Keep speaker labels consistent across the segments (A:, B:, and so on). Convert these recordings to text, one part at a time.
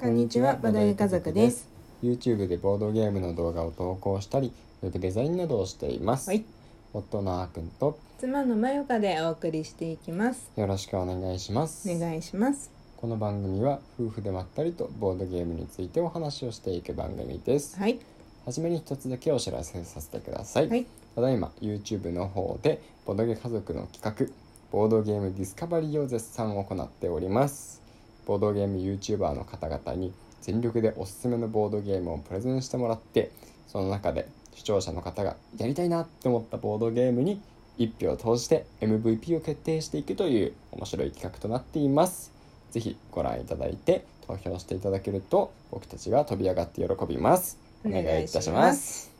A: こんにちは、ボドゲ家族です。
B: YouTube でボードゲームの動画を投稿したりウェブデザインなどをしています、
A: はい、
B: 夫のあーくんと
A: 妻のまよかでお送りしていきます。
B: よろしくお願いします
A: お願いします。
B: この番組は夫婦でまったりとボードゲームについてお話をしていく番組です、
A: はい、
B: はじめに一つだけお知らせさせてください、
A: はい
B: ただいま YouTube の方でボードゲ家族の企画ボードゲームディスカバリーを絶賛行っておりますボードゲーム YouTuber の方々に全力でおすすめのボードゲームをプレゼンしてもらってその中で視聴者の方がやりたいなって思ったボードゲームに1票を投じて MVP を決定していくという面白い企画となっていますぜひご覧いただいて投票していただけると僕たちが飛び上がって喜びますお願いいたします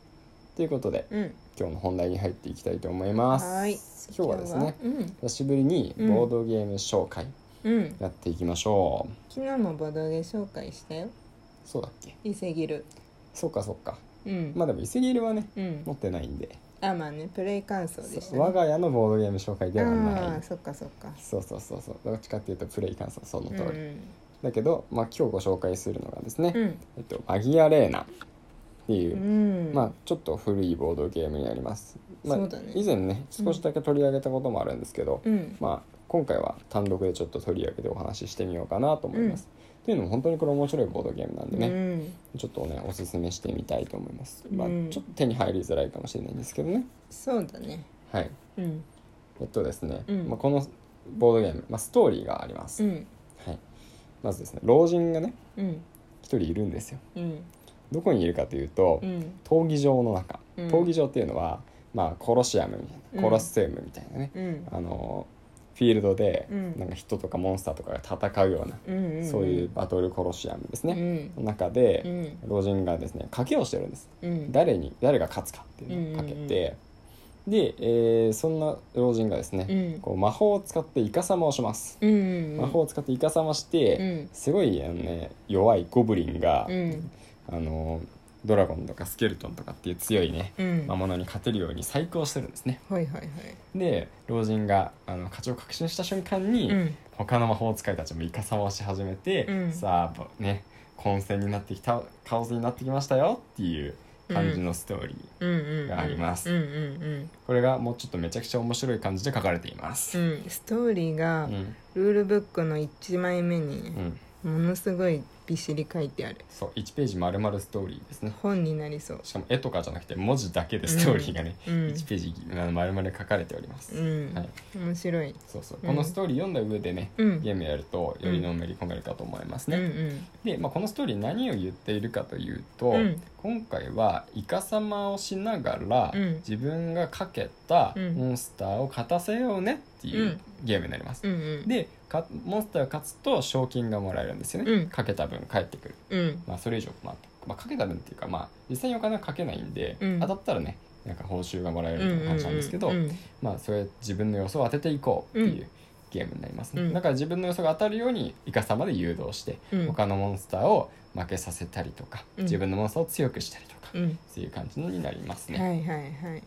B: ということで
A: うん、
B: 今日の本題に入っていきたいと思います
A: はい
B: 今日はですね
A: 今日は。
B: 久しぶりに
A: うん
B: ボードゲーム紹介
A: うん、うん、
B: やっていきましょう、
A: 昨日もボドゲ紹介したよ。
B: そうだっけ
A: 伊勢ギル。
B: そうかそうか
A: うん、
B: まあでも伊勢切りはね
A: うん
B: 持、ってないんで、
A: あ、まあね、プレイ感想でした、ね。
B: 我が家のボードゲーム紹介では
A: あ
B: な
A: あ、
B: い
A: そっか、そっか。
B: そうそうそうそうどっちかっていうとプレイ感想その
A: う
B: 通
A: ん
B: り、だけど、まあ、今日ご紹介するのがですね、
A: うん、
B: えっと、マギアレーナっていうう、
A: ん、
B: まあ、ちょっと古いボードゲームになります、まあ
A: そうだね
B: 以前ね
A: うん
B: 少しだけ取り上げたこともあるんですけど、
A: うん、
B: まあ、今回は単独でちょっと取り上げてお話ししてみようかなと思います、っていうのも本当にこれ面白いボードゲームなんで
A: う
B: ね、
A: ん、
B: ちょっとねおすすめしてみたいと思います、まあ、
A: うん
B: ちょっと手に入りづらいかもしれないんですけどね
A: そうだね。
B: はい
A: うん、
B: えっとですね、
A: うん
B: まあ、このボードゲーム、まあ、ストーリーがあります、
A: うん、
B: はい、まずですね老人がね
A: うん、
B: 一人いるんですよ
A: うん、
B: どこにいるかというと、
A: うん、
B: 闘技場の中、
A: うん
B: 闘技場っていうのは、まあ、コロシアムみたいな
A: うん
B: コロッセウムみたいなね、
A: うん、
B: あのフィールドで、
A: うん
B: なんか人とかモンスターとかが戦うような、
A: うん、うん、
B: そういうバトルコロシアムですね、
A: ね。
B: の中
A: う
B: で、
A: ん、
B: 老人がですね賭けをしてるんです
A: うん、
B: 誰に誰が勝つかっていうのをかけて、で、えーそんな老人がです
A: う
B: ね、
A: ん、
B: こう魔法を使ってイカ様をします、
A: うんうん、
B: 魔法を使ってイカ様して、
A: うん
B: すごいあの、ね、弱いゴブリンが、
A: うん
B: あのドラゴンとかスケルトンとかっていう強いね
A: うん
B: 魔物に勝てるように細工をしてるんですね
A: はいはいはい
B: で老人があの勝ちを確信した瞬間に、
A: うん
B: 他の魔法使いたちもイカサマをし始めて、
A: うん
B: さあぼね混戦になってきたカオスになってきましたよっていう感じのストーリー、
A: うんうん
B: があります
A: うんうん
B: これがもうちょっとめちゃくちゃ面白い感じで書かれています
A: う、んうんストーリー
B: う
A: が
B: ん
A: ルールブックの1枚目に
B: う
A: ね
B: ん、
A: ものすごいびっしり書いてある
B: そう1ページ丸々ストーリーですね
A: 本になりそう
B: しかも絵とかじゃなくて文字だけでストーリーがね、
A: うん
B: 1ページあの丸々書かれております、
A: うん
B: はい
A: 面白い
B: そうそう
A: うん
B: このストーリー読んだ上でね、
A: うん
B: ゲームやるとよりのめり込めるかと思います
A: うん
B: ね、
A: うん
B: で、まあ、このストーリー何を言っているかというと、
A: うん
B: 今回はイカ様をしながら、
A: うん
B: 自分がかけた
A: うん
B: モンスターを勝たせようねっていううんゲームになります、
A: うんうん
B: でかモンスターが勝つと賞金がもらえるんですよね、
A: うん
B: かけた分返ってくる、
A: うん
B: まあ、それ以上、まあまあ、かけた分っていうか、まあ、実際にお金はかけないんで、
A: うん
B: 当たったらねなんか報酬がもらえ
A: う
B: るみたいな感じなんですけど、
A: んうん
B: まあ、それ自分の予想を当てていこうっていううゲームになりますね、
A: うん
B: だから自分の予想が当たるようにイカ様で誘導して、
A: うん
B: 他のモンスターを負けさせたりとか、
A: うん
B: 自分のモンスターを強くしたりとか、
A: う
B: っ
A: ん
B: ていう感じになります
A: は
B: ね、
A: いはいはい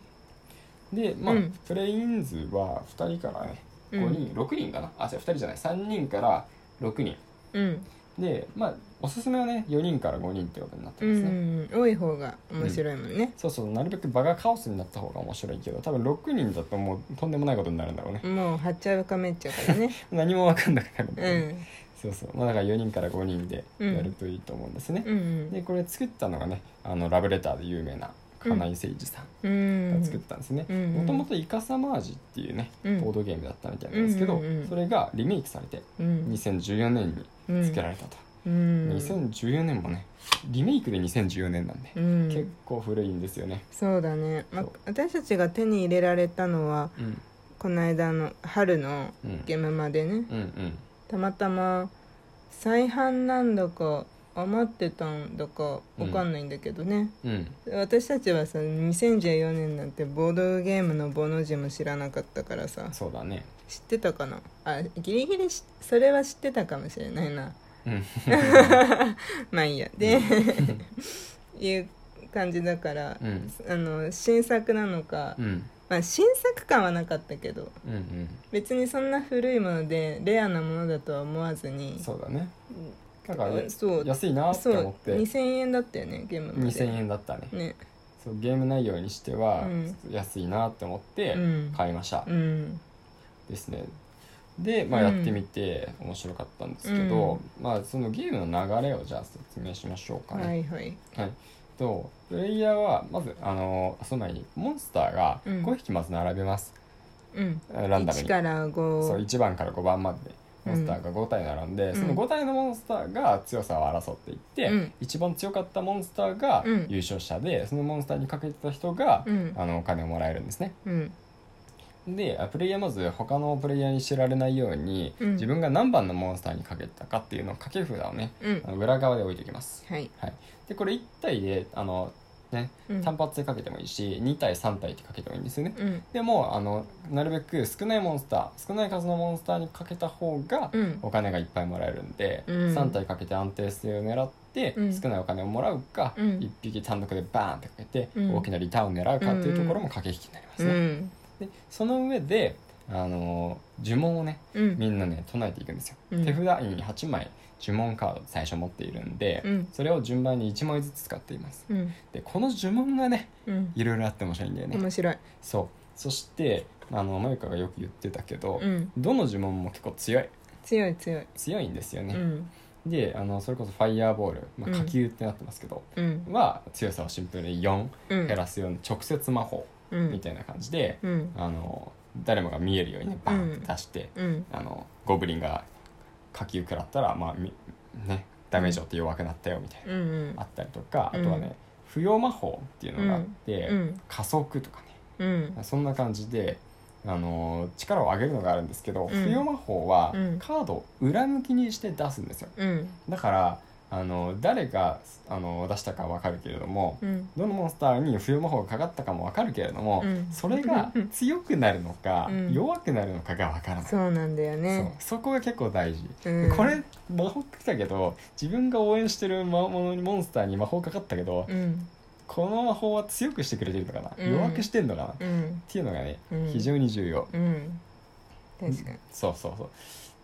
B: でまあ、
A: うん
B: プレイ人数は2人からね
A: うん
B: 5人、6人かなあ違う2人じゃない3人から6人
A: うん
B: でまあおすすめはね4人から5人ってことになって
A: う
B: ますね、
A: ん多い方が面白いもんね
B: そうそうなるべく場がカオスになった方が面白いけど多分6人だともうとんでもないことになるんだろうね
A: もうはっちゃうかめっちゃうからね
B: 何も分かんなくなるんだ
A: う
B: よね
A: ん
B: そうそうまあだから4人から5人でやるといいと思うんですね、
A: うんうん
B: でこれ作ったのがねあのラブレターで有名な金井誠二さ
A: うんん
B: が作ったんですね
A: うんうん
B: もともとイカサマージっていうね、
A: うん
B: ボードゲームだったみたいなんですけ
A: う
B: ど、
A: んうんうん
B: それがリメイクされて
A: うん
B: 2014年に作られたと、
A: うん
B: 2014年もねリメイクで2014年なんで、
A: うん
B: 結構古いんですよね、
A: そうだね、まあ
B: そう
A: 私たちが手に入れられたのは
B: うん
A: この間の春の
B: うん、
A: ゲームまでね
B: うんうん
A: たまたま再販なんだか余ってたんだかわかんないんだけどね、
B: うん
A: 私たちはさ2014年なんてボードゲームのボの字も知らなかったからさ
B: そうだね
A: 知ってたかなあギリギリしそれは知ってたかもしれないな
B: うん
A: まあいいやで、 いう感じだから、
B: うん
A: あの新作なのか、
B: うん
A: まあ、新作感はなかったけど
B: うんうん
A: 別にそんな古いものでレアなものだとは思わずに
B: そうだねだからね
A: そう
B: 安いなって
A: そう
B: 思って
A: 2000円だったよねゲームまで
B: 2000円だったね
A: ね
B: そうゲーム内容にしては
A: うん
B: 安いなって思って
A: うん
B: 買いました
A: うん
B: ですねで、まあ、
A: う
B: や
A: ん
B: ってみて面白かったんですけど、まあ、そのゲームの流れをじゃあ説明しましょうかね、
A: はいはい
B: とプレイヤーはまずあのその前にモンスターが
A: うん
B: 5匹まず並べます、
A: うん
B: ランダム
A: 1
B: に
A: から5
B: そう1番から5番までモンスターが5体並んで、
A: ん
B: その5体のモンスターが強さを争っていって、
A: うん
B: 一番強かったモンスターが
A: うん
B: 優勝者で、そのモンスターにかけてた人が、
A: うん
B: あのお金をもらえるんですね
A: うん
B: であプレイヤーまず他のプレイヤーに知られないように、
A: うん
B: 自分が何番のモンスターにかけてたかっていうのを掛け札をね
A: うん
B: あの裏側で置いておきます
A: はい
B: でこれ1体であのね
A: うん
B: 単発でかけてもいいし2体3体ってかけてもいいんですよね
A: うん
B: でもあのなるべく少ないモンスター少ない数のモンスターにかけた方が
A: うん
B: お金がいっぱいもらえるんで、
A: うん
B: 3体かけて安定性を狙って
A: うん
B: 少ないお金をもらうか、
A: うん
B: 1匹単独でバーンってかけて
A: うん
B: 大きなリターンを狙うかっていうところも駆け引きになります
A: う
B: ね、
A: ん
B: でその上であの呪文をね
A: うん
B: みんなね唱えていくんですよ、
A: うん
B: 手札に8枚呪文カード最初持っているんで、
A: うん
B: それを順番に1枚ずつ使っています
A: うん
B: でこの呪文がね
A: うん
B: いろいろあって面白いんだよね
A: 面白い
B: そうそしてあのまゆかがよく言ってたけど、
A: うん
B: どの呪文も結構強い
A: 強い強い
B: 強いんですよ
A: う
B: ね、
A: ん
B: であのそれこそファイヤーボール、ま
A: うん
B: あ、火球ってなってますけど、
A: うん
B: は強さをシンプルに4
A: うん
B: 減らすような直接魔法
A: うん
B: みたいな感じで、
A: うん
B: あの誰もが見えるようにねバンって出して、
A: うん
B: あのゴブリンが火球食らったら、まあみね、ダメージをって弱くなったよみたいな、
A: うんうん
B: あったりとか
A: う
B: あ
A: ん
B: とはね、不要魔法っていうのがあって、
A: うん
B: 加速とかね
A: うん
B: そんな感じで、あのー力を上げるのがあるんですけ
A: う
B: ど、
A: ん
B: 不要魔法は
A: うん
B: カードを裏向きにして出すんですよ
A: うん
B: だから、あのー誰が、あのー出したかわかるけれども、
A: うん
B: どのモンスターに不要魔法がかかったかもわかるけれども、
A: うん
B: それが強くなるのか、
A: うん
B: 弱くなるのかがわからない、
A: そうなんだよ
B: そう
A: ね
B: そこが結構大事、
A: うん
B: これ魔法来たけど自分が応援してる魔物にモンスターに魔法かかったけど、
A: うん
B: この魔法は強くしてくれてるのかな、
A: うん
B: 弱くしてんのか
A: う
B: な、
A: ん
B: っていうのがね、
A: うん
B: 非常に重要、
A: うん確かに
B: そうそうそう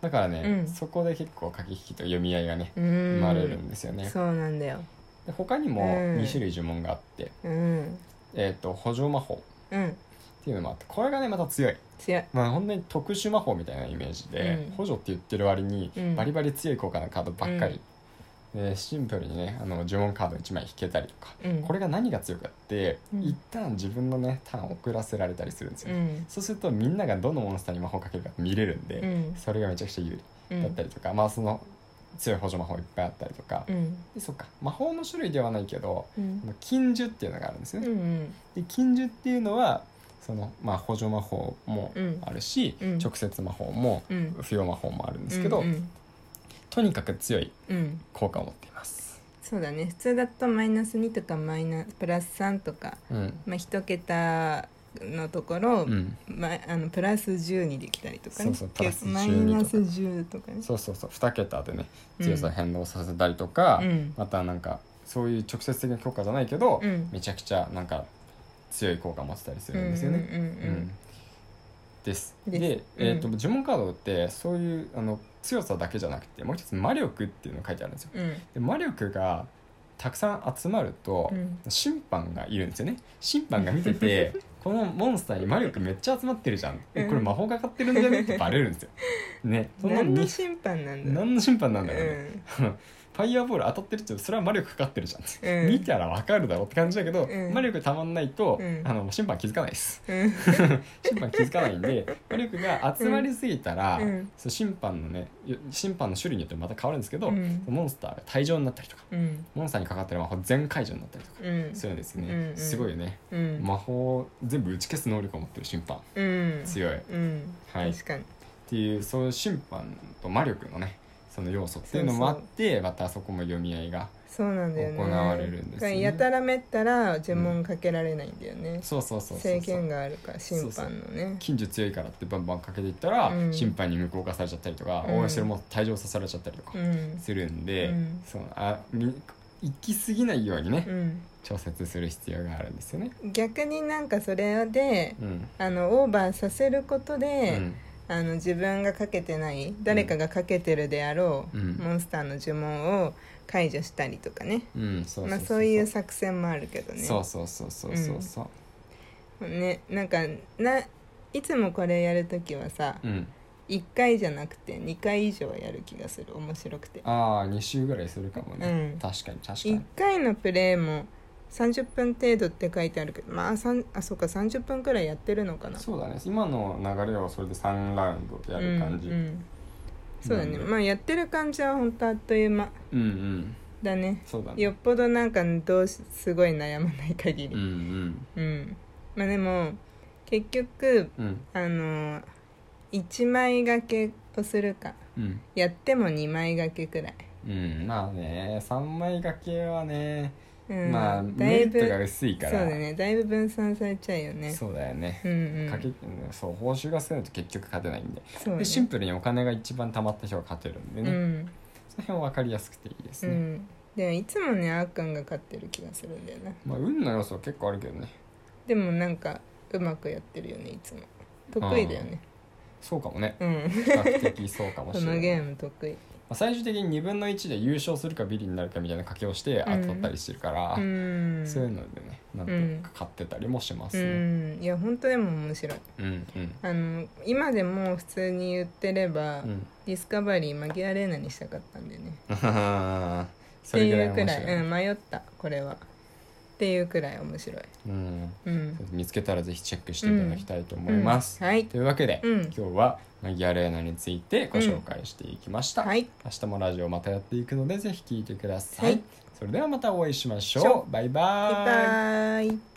B: だからね、
A: うん
B: そこで結構駆け引きと読み合いがね生
A: 生
B: まれるんですよね、
A: そうなんだよ
B: で他にも
A: うん
B: 2種類呪文があって、
A: うん
B: えー、と補助魔法っ
A: うん
B: ていうのもあってこれがねまた強い
A: 強い
B: まあ本当に特殊魔法みたいなイメージで、
A: うん
B: 補助って言ってる割に
A: うん
B: バリバリ強い効果のカードばっかり、でシンプルにねあの呪文カード1枚引けたりとか、
A: うん
B: これが何が強いかって、
A: うん
B: 一旦自分のねターン遅らせられたりするんですよ、
A: うん
B: そうするとみんながどのモンスターに魔法かけるか見れるんで、
A: うん
B: それがめちゃくちゃ有
A: う
B: 利
A: ん
B: だったりとか、まあその強い補助魔法いっぱいあったりとか、
A: うん
B: でそっか魔法の種類ではないけど
A: うん
B: あの禁呪っていうのがあるんです
A: う
B: よね、
A: ん
B: で禁呪っていうのはその、まあ、補助魔法も
A: うん
B: あるし、
A: うん
B: 直接魔法も、
A: うん
B: 不要魔法もあるんですけど、
A: うん
B: とにかく強い
A: うんうん
B: 効果を持っています、
A: そうだね普通だとマイナス2とかマイナプラス3とか、
B: うん
A: まあ、1桁のところ、
B: うん、
A: まあのプラス10にできたりとかね
B: そうそうプラス12
A: マイナス10とかね
B: そうそうそう2桁でね
A: うん
B: 強さ変動させたりとか、
A: うん
B: またなんかそういう直接的な効果じゃないけど、
A: うん
B: めちゃくちゃなんか強い効果を持ってたりするんですよね。
A: うん
B: う
A: うん
B: です。で
A: です
B: えーと
A: うん
B: 呪文カードってそういうあの強さだけじゃなくてもう一つ魔力っていうのが書いてあるんですよ。
A: んうん
B: で魔力がたくさん集まると、
A: うん
B: 審判がいるんですよね審判が見てて このモンスターに魔力めっちゃ集まってるじゃんえこれ魔法かかってるんじゃねってバレる んですよ。ねその
A: 何の
B: に
A: 審判なんだ
B: 何の審判なんだろうね。
A: うん
B: ファイヤーボール当たってるってそれは魔力かかってるじゃんって、
A: うん
B: 見たらわかるだろうって感じだけど、
A: うん
B: 魔力たまんないと、
A: うん
B: あの審判気づかないです
A: うん
B: 審判気づかないんで魔力が集まりすぎたら、
A: うん
B: そう審判のねよ審判の種類によってまた変わるんですけど、
A: うん
B: モンスターが退場になったりとか
A: うん
B: モンスターにかかってる魔法全解除になったりとか
A: うん
B: するんです
A: う
B: ね、
A: んうん
B: すごいよね
A: うん
B: 魔法を全部打ち消す能力を持ってる審判
A: うん
B: 強いっ
A: うん
B: はい
A: 確かに
B: ていうそういう審判と魔力のねその要素っていうのもあってまたそこも読み合いが
A: そうなんだよね
B: 行われるんですよね
A: やたらめったら呪文かけられないんだよね、
B: そうそうそうそうそ
A: 制
B: う
A: 限があるから審判のね
B: 近所強いからってバンバンかけていったら、
A: うん
B: 審判に無効化されちゃったりとか、
A: うん
B: 応援してるもん退場させられちゃったりとか
A: うん
B: するんで、
A: うん
B: そのあみ行き過ぎないようにね、
A: う
B: 調節する必要があるんですよね。
A: ん逆になんかそれで
B: うん
A: あのオーバーさせること
B: う
A: で、
B: ん
A: あの自分がかけてない誰かがかけてるであろう、
B: うん
A: モンスターの呪文を解除したりとかね、
B: うんそう
A: ま
B: そ
A: あ、
B: う
A: そういう作戦もあるけどね
B: そうそうそうそうそうそう
A: ねなんかないつもこれやるときはさ、
B: うん
A: 1回じゃなくて2回以上やる気がする面白くて
B: ああ2週ぐらいするかもね、
A: うん
B: 確かに確か
A: 1
B: に
A: 回のプレーも30分程度って書いてあるけどまあさんあそうか30分くらいやってるのかな
B: そうだね今の流れはそれで3ラウンドやる感じ、
A: うんうんそうだね
B: なんで
A: まあやってる感じは本当あっという間
B: うんうん
A: だね
B: そうだね
A: よっぽどなんかどうしすごい悩まない限
B: うん
A: りうん、まあでも結局
B: うんうん
A: あの1枚掛けをするか
B: うん
A: やっても2枚掛けくらい、
B: うんまあね3枚掛けはね、
A: うん、
B: まあ
A: だ
B: メリ
A: い
B: ットが
A: ぶ
B: 薄いか
A: そう
B: ら
A: だねだいぶ分散されちゃうよね
B: そうだよね、
A: うんうん
B: かけそう報酬が少ないと結局勝てないんで,、
A: そうね
B: でシンプルにお金が一番貯まった人が勝てるんで
A: う
B: ね、
A: ん
B: その辺は分かりやすくていいです
A: う
B: ね、
A: んでもいつもねあーくんが勝ってる気がするんだよな
B: まあ運の要素は結構あるけどね
A: でもなんかうまくやってるよねいつも得意だよね
B: そうかもね
A: うん
B: 比較的そうかも
A: こ
B: しれな
A: の
B: い
A: ゲーム得意
B: まあ最終的に2分の1で優勝するかビリになるかみたいな賭けをして
A: うん
B: 当たったりしてるから、
A: うん
B: そういうのでねなんとか買ってたりもします
A: う
B: ね
A: んいや本当でも面白い
B: うんうん
A: あの今でも普通に言ってれば、
B: うん
A: ディスカバリーマギアレーナにしたかったんだよね
B: それぐらい
A: っていう
B: 面
A: くらい、
B: 白
A: う
B: い
A: ん、迷ったこれはっていうくらい面白い
B: うん
A: うん
B: 見つけたらぜひチェックしていただきたいと思います、
A: うんはい
B: というわけで、
A: うん
B: 今日はマギアレーナについてご紹介していきました、
A: はい
B: 明日もラジオまたやっていくのでぜひ聞いてください、
A: はい
B: それではまたお会いしましょう
A: しょ
B: バイ
A: バイバイ